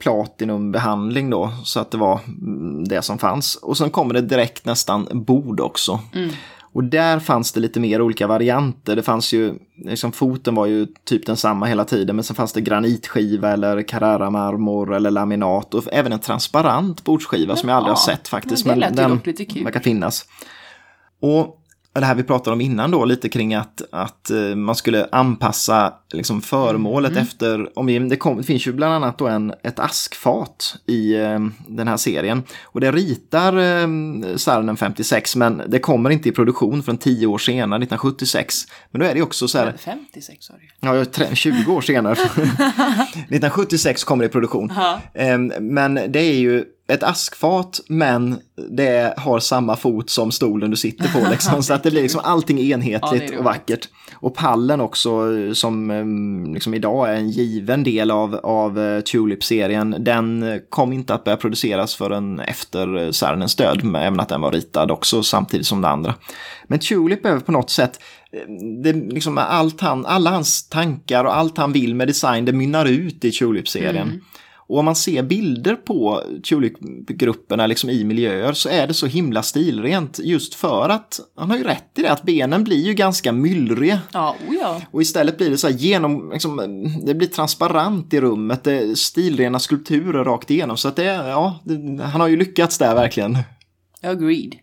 A: platinumbehandling då. Så att det var mm, det som fanns. Och sen kommer det direkt nästan bord också.
B: Mm.
A: Och där fanns det lite mer olika varianter. Det fanns ju, liksom foten var ju typ densamma hela tiden, men sen fanns det granitskiva eller Carrara-marmor eller laminat och även en transparent bordsskiva som jag aldrig har
B: Jaha.
A: sett faktiskt.
B: Ja, det lät ju
A: den
B: dock lite kul.
A: verkar finnas. Och det här vi pratade om innan då, lite kring att, att eh, man skulle anpassa liksom föremålet efter omgivningen. Det, kom, det finns ju bland annat då en, ett askfat i eh, den här serien. Och det ritar eh, Särnen 56, men det kommer inte i produktion förrän 10 år senare, 1976. Men då är det ju också så här,
B: 56 år.
A: ja, jag är tre- 20 år senare. [LAUGHS] 1976 kommer det i produktion.
B: Ja.
A: Eh, Men det är ju ett askfat, men det har samma fot som stolen du sitter på. Liksom. Så att det blir liksom allting
B: Ja, det
A: enhetligt
B: är roligt.
A: och vackert. Och pallen också, eh, som eh, liksom idag är en given del av, av eh, Tulip-serien, den eh, kom inte att börja produceras förrän efter eh, Särnens död, men även att den var ritad också samtidigt som det andra. Men Tulip är på något sätt, eh, det, är liksom allt han, alla hans tankar och allt han vill med design, det mynnar ut i Tulip-serien.
B: Mm.
A: Och om man ser bilder på Tulip-grupperna liksom i miljöer så är det så himla stilrent just för att han har ju rätt i det att benen blir ju ganska myllriga.
B: Ja, oh ja.
A: Och istället blir det så här genom, liksom, det blir transparent i rummet, det är stilrena skulpturer rakt igenom. Så att det, är- ja, det, han har ju lyckats där verkligen.
B: Agreed.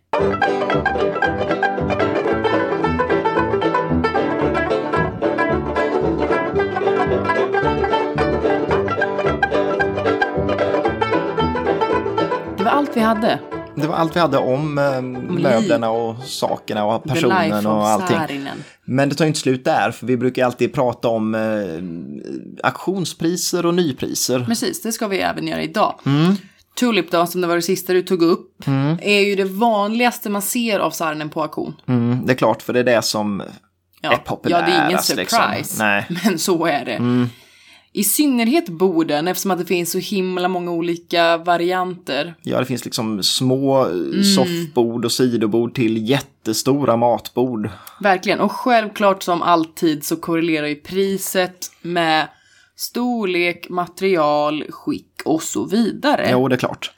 B: Det var allt vi hade.
A: Det var allt vi hade om eh, möblerna och sakerna och
B: The life
A: personen
B: of
A: och allting.
B: Saarinen.
A: Men det tar ju inte slut där, för vi brukar ju alltid prata om eh, auktionspriser och nypriser.
B: Precis, det ska vi även göra idag.
A: Mm.
B: Tulip då, som det var det sista du tog upp, är ju det vanligaste man ser av Saarinen på auktion.
A: Mm, det är klart, för det är det som är populärast.
B: Ja, det är ingen surprise.
A: Liksom. Nej.
B: [LAUGHS]
A: Mm.
B: Men så är det. I synnerhet borden, eftersom att det finns så himla många olika varianter.
A: Ja, det finns liksom små eh,
B: Mm.
A: soffbord och sidobord till jättestora matbord.
B: Verkligen. Och självklart som alltid så korrelerar ju priset med storlek, material, skick och så vidare.
A: Jo, det är klart.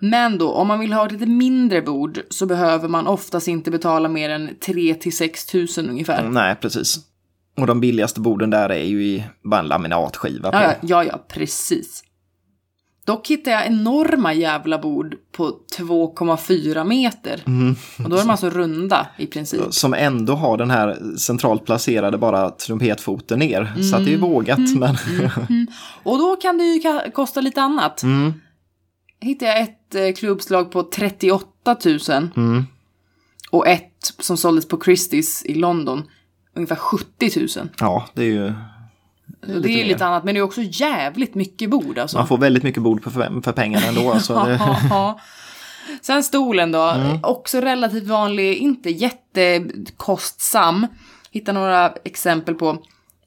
B: Men då, om man vill ha ett lite mindre bord så behöver man oftast inte betala mer än 3 till 6 tusen ungefär.
A: Nej, precis. Och de billigaste borden där är ju i bara en laminatskiva. På.
B: Ja, ja, ja, ja, precis. Dock hittade jag enorma jävla bord på 2,4 meter. Och då är de alltså runda i princip.
A: Mm, Som ändå har den här centralt placerade bara trumpetfoten ner. Så att det är ju
B: Mm.
A: vågat, men [LAUGHS]
B: Och då kan det ju ka- kosta lite annat.
A: Mm.
B: Hittade jag ett eh, klubbslag på 38 000. Mm. Och ett som såldes på Christie's i London. Ungefär 70 000.
A: ja, det är ju...
B: det är
A: mer.
B: lite annat, men det är också jävligt mycket bord alltså.
A: Man får väldigt mycket bord för, för pengarna ändå.
B: [LAUGHS]
A: Alltså, det,
B: Ja. Sen stolen då, också relativt vanlig, inte jättekostsam. Hittar några exempel på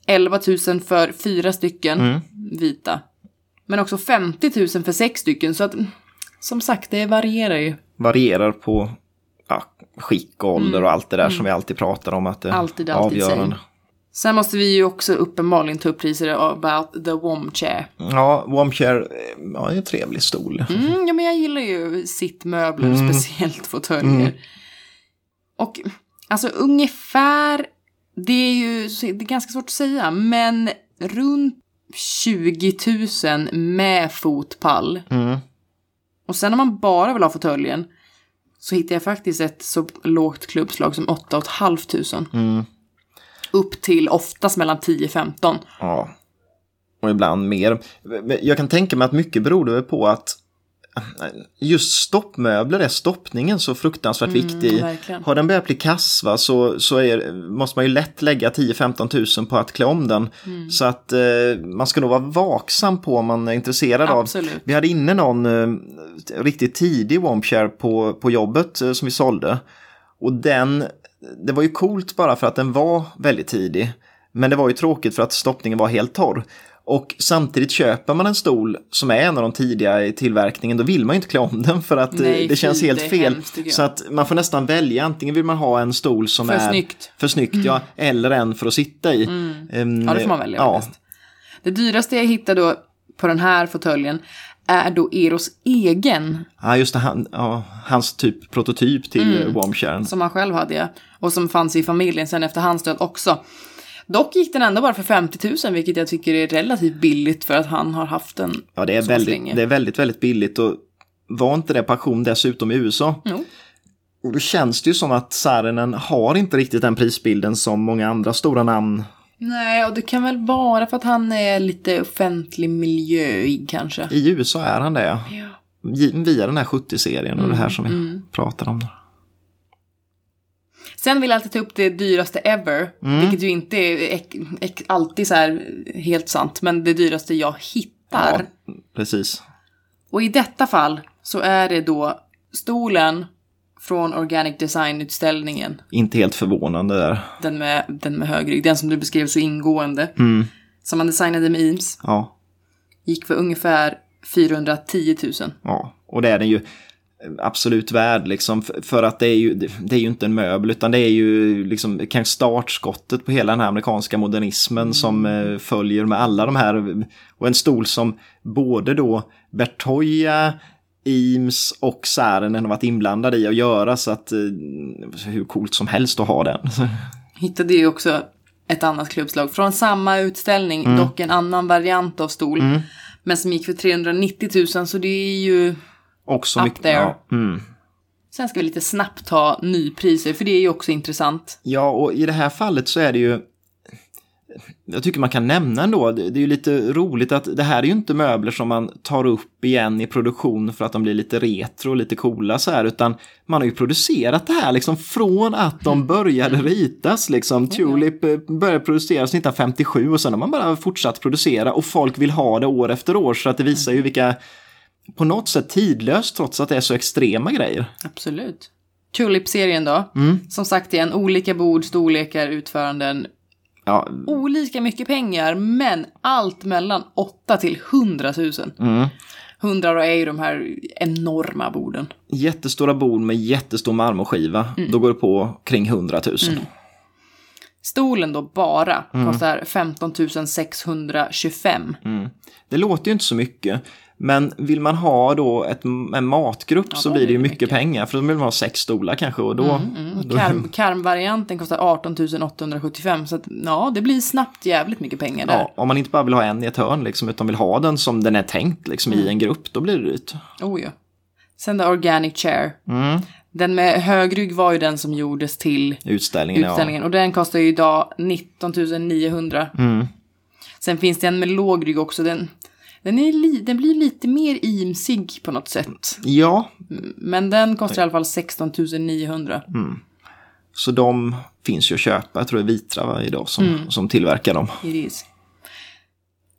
B: 11 000 för fyra stycken vita. Men också 50 000 för sex stycken, så att mm, som sagt, det varierar ju.
A: varierar på ja, skick och ålder och allt det där som vi alltid pratar om. Att det
B: Mm. Alltid,
A: är
B: alltid
A: avgörande.
B: Sen måste vi ju också uppenbarligen ta upp priser about the warm chair.
A: Ja, Warmchair eh, ja, är en trevlig stol.
B: Mm, ja, men jag gillar ju sittmöbler, speciellt fåtöljer. Och alltså ungefär, det är ju det är ganska svårt att säga, men runt 20 000 med fotpall.
A: Mm.
B: Och sen om man bara vill ha fåtöljen så hittar jag faktiskt ett så lågt klubbslag som 8 500.
A: Mm.
B: Upp till oftast mellan 10 15.
A: Ja. Och ibland mer. Men Jag kan tänka mig att mycket beror det väl på att eh, just stoppmöbler är stoppningen så fruktansvärt viktig.
B: Mm, verkligen.
A: Har den börjat bli kass va, så, så är, måste man ju lätt lägga 10-15 tusen på att klä om den.
B: Mm.
A: Så att eh, man ska nog vara vaksam på om man är intresserad av.
B: Absolut.
A: Vi hade inne någon eh, riktigt tidig Wompshare på, på jobbet eh, som vi sålde. Och den, det var ju coolt bara för att den var väldigt tidig. Men det var ju tråkigt för att stoppningen var helt torr. Och samtidigt köper man en stol som är en av de tidiga i tillverkningen, då vill man ju inte klä om den för att eh,
B: Nej,
A: det känns
B: fy,
A: helt
B: det är
A: fel.
B: hemskt, tycker jag.
A: så att man får nästan välja, antingen vill man ha en stol som
B: För
A: är
B: snyggt. Mm.
A: för snyggt ja, eller en för att sitta i. Ehm,
B: Ja, det får man välja
A: ja.
B: faktiskt. Det dyraste jag hittade då på den här fåtöljen är då Eros egen,
A: Ja, just det, han, ja, hans typ prototyp till mm. Warmsharen.
B: som han själv hade ja. Och som fanns i familjen sen efter hans död också. Dock gick den ändå bara för 50 000, vilket jag tycker är relativt billigt för att han har haft den
A: Ja, det är,
B: så pass länge.
A: väldigt, det är väldigt, väldigt billigt och var inte det passion dessutom i USA?
B: Jo.
A: Och då känns det ju som att Saarinen har inte riktigt den prisbilden som många andra stora namn.
B: Nej, och det kan väl vara för att han är lite offentlig miljöig kanske.
A: I USA är han det,
B: Ja.
A: Gi- via den här 70-serien och det
B: Mm,
A: här som vi pratar om.
B: Sen vill jag alltid ta upp det dyraste ever,
A: Mm.
B: vilket ju inte är ek- ek- alltid så här helt sant, men det dyraste jag hittar.
A: Ja, precis.
B: Och i detta fall så är det då stolen från Organic Design-utställningen.
A: Inte helt förvånande där.
B: Den med, den med högrygg, den som du beskrev så ingående. Som man designade med Eames.
A: Ja,
B: Gick för ungefär 410 000.
A: ja. Och det är den ju absolut värd liksom. F- För att det är ju, det är ju inte en möbel utan det är ju liksom kanske startskottet på hela den här amerikanska modernismen
B: Mm.
A: som eh, följer med alla de här. Och en stol som både då Bertoya, Eames och Saarinen har varit inblandade i att göra så att eh, hur coolt som helst att ha den. [LAUGHS]
B: Hittade ju också ett annat klubbslag från samma utställning, dock en annan variant av stol. Men som gick för 390 000, så det är ju...
A: Och så
B: Up
A: mycket,
B: there.
A: ja, mm.
B: Sen ska vi lite snabbt ta nypriser, för det är ju också intressant.
A: Ja, och i det här fallet så är det ju... Jag tycker man kan nämna ändå, det det är ju lite roligt att det här är ju inte möbler som man tar upp igen i produktion för att de blir lite retro och lite coola så här, utan man har ju producerat det här liksom från att de började ritas liksom. Tulip eh, började produceras 1957 och sen har man bara fortsatt producera och folk vill ha det år efter år så att det visar ju vilka, på något sätt tidlöst trots att det är så extrema grejer.
B: Absolut. Tulip-serien då.
A: Mm.
B: Som sagt igen, olika bord, storlekar, utföranden.
A: Ja,
B: Olika mycket pengar, men allt mellan 8 till 100 000.
A: mm.
B: 100 är ju de här enorma borden.
A: jättestora bord med jättestor marmorskiva,
B: Mm.
A: då går det på kring 100 000.
B: Stolen då bara
A: Mm.
B: kostar 15 625.
A: Det låter ju inte så mycket, men vill man ha då ett, en matgrupp så
B: då
A: blir det ju
B: blir det
A: mycket, pengar, för då vill man ha sex stolar kanske och då...
B: Mm.
A: då
B: Karm, karmvarianten kostar 18 875, så att, ja, det blir snabbt jävligt mycket pengar där.
A: ja, om man inte bara vill ha en i ett hörn liksom, utan vill ha den som den är tänkt liksom,
B: Mm.
A: i en grupp, då blir det dyrt.
B: Oh ja. Sen då Organic Chair.
A: Mm.
B: Den med högrygg var ju den som gjordes till
A: Utställningen,
B: utställningen. Och den kostar ju idag 19 900.
A: Mm.
B: Sen finns det en med låg rygg också. Den, den, är li, den blir lite mer imsig på något sätt.
A: Ja. ja,
B: Men den kostar i alla fall 16 900.
A: Mm. så de finns ju att köpa. Jag tror det är Vitra va, idag som,
B: Mm.
A: som tillverkar dem.
B: It is.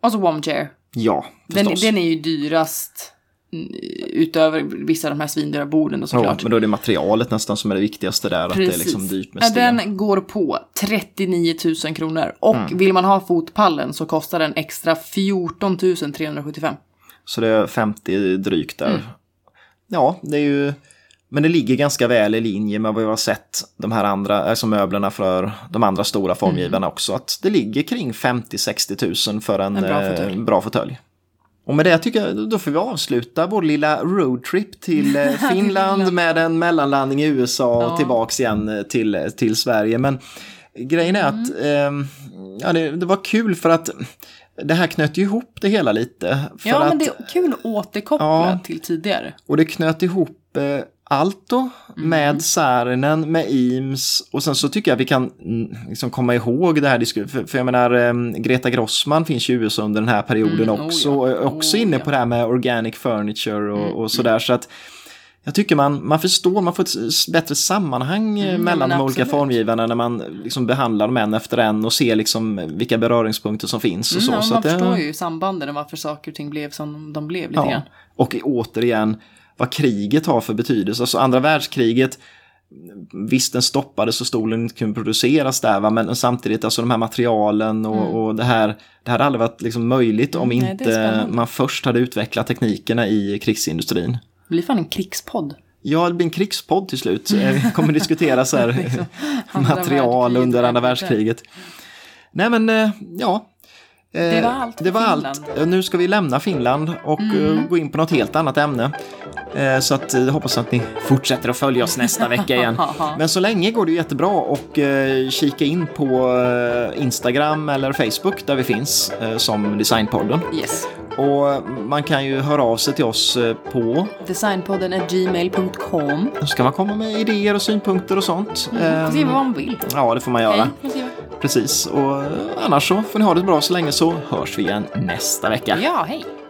B: Och så Womchair.
A: Ja,
B: Den,
A: förstås.
B: den är ju dyrast. mm, Utöver vissa av de här svindyra borden då
A: ja,
B: såklart.
A: men då är det materialet nästan som är det viktigaste där, att det är liksom dyrt med
B: Ja,
A: sten.
B: Den går på 39 000 kronor. Och
A: Mm.
B: vill man ha fotpallen så kostar den extra 14 375.
A: Så det är 50 drygt
B: Mm.
A: där. Ja, det är ju... Men det ligger ganska väl i linje med vad jag har sett de här andra, alltså möblerna för de andra stora
B: Mm.
A: formgivarna också. Att det ligger kring 50-60 000 för en,
B: En bra
A: eh,
B: fåtölj.
A: bra fåtölj. Och med det tycker jag, då får vi avsluta vår lilla roadtrip till
B: [LAUGHS]
A: eh, Finland med en mellanlandning i USA och tillbaks igen eh, till, till Sverige. Men grejen är att
B: Mm.
A: ehm, ja, det, det var kul för att det här knöt ju ihop det hela lite. För
B: Ja,
A: att,
B: men det är kul att återkoppla
A: Ja.
B: till tidigare.
A: och det knöt ihop eh, Alto
B: Mm.
A: med Saarinen, med Eames och sen så tycker jag vi kan mm, liksom komma ihåg det här. disku- För, för jag menar, em, Greta Grossman finns ju i USA under den här perioden
B: Mm, oh
A: också.
B: ja.
A: Och är också
B: Oh
A: inne
B: ja. Mm,
A: på det här med organic furniture och, och sådär. Så att jag tycker man, man förstår, man får ett s- bättre sammanhang eh,
B: Mm, ja,
A: mellan
B: men
A: de olika
B: absolut.
A: formgivarna när man liksom behandlar dem en efter en och ser liksom vilka beröringspunkter som finns. Och
B: Mm,
A: så.
B: ja,
A: så
B: man
A: att det-
B: förstår ju sambanden och varför saker och ting blev som de blev lite grann.
A: Och i- återigen vad kriget har för betydelse. Alltså andra världskriget Visst, den stoppades och stolen inte kunde produceras där, va? men samtidigt, alltså de här materialen och, och det här, det hade aldrig varit liksom möjligt om
B: Mm, nej, det är
A: inte
B: spännande.
A: man först hade utvecklat teknikerna i krigsindustrin.
B: Det blir fan en krigspodd.
A: Ja, det blir en krigspodd till
B: [LAUGHS]
A: slut. Eh, Vi kommer diskutera så här,
B: Liksom, andra
A: material
B: världskriget,
A: under andra
B: världskriget.
A: världskriget. Nej, men eh, ja. Eh,
B: Det var allt om
A: Det var
B: Finland. Mm.
A: allt. Eh, Nu ska vi lämna Finland och eh, gå in på något helt annat ämne. Eh, Så att eh, jag hoppas att ni fortsätter att följa oss nästa vecka
B: [LAUGHS]
A: igen. Men så länge går det ju jättebra och eh, kika in på eh, Instagram eller Facebook där vi finns eh, som Designpodden.
B: Yes.
A: Och man kan ju höra av sig till oss eh, på
B: Designpodden är gmail.com.
A: Då ska man komma med idéer och synpunkter och sånt.
B: Får se
A: Ehm,
B: vad man vill.
A: Ja, det får man göra.
B: Hej, får se vad-
A: Precis. Och eh, annars så får ni ha det bra så länge så hörs vi igen nästa vecka.
B: Ja, hej.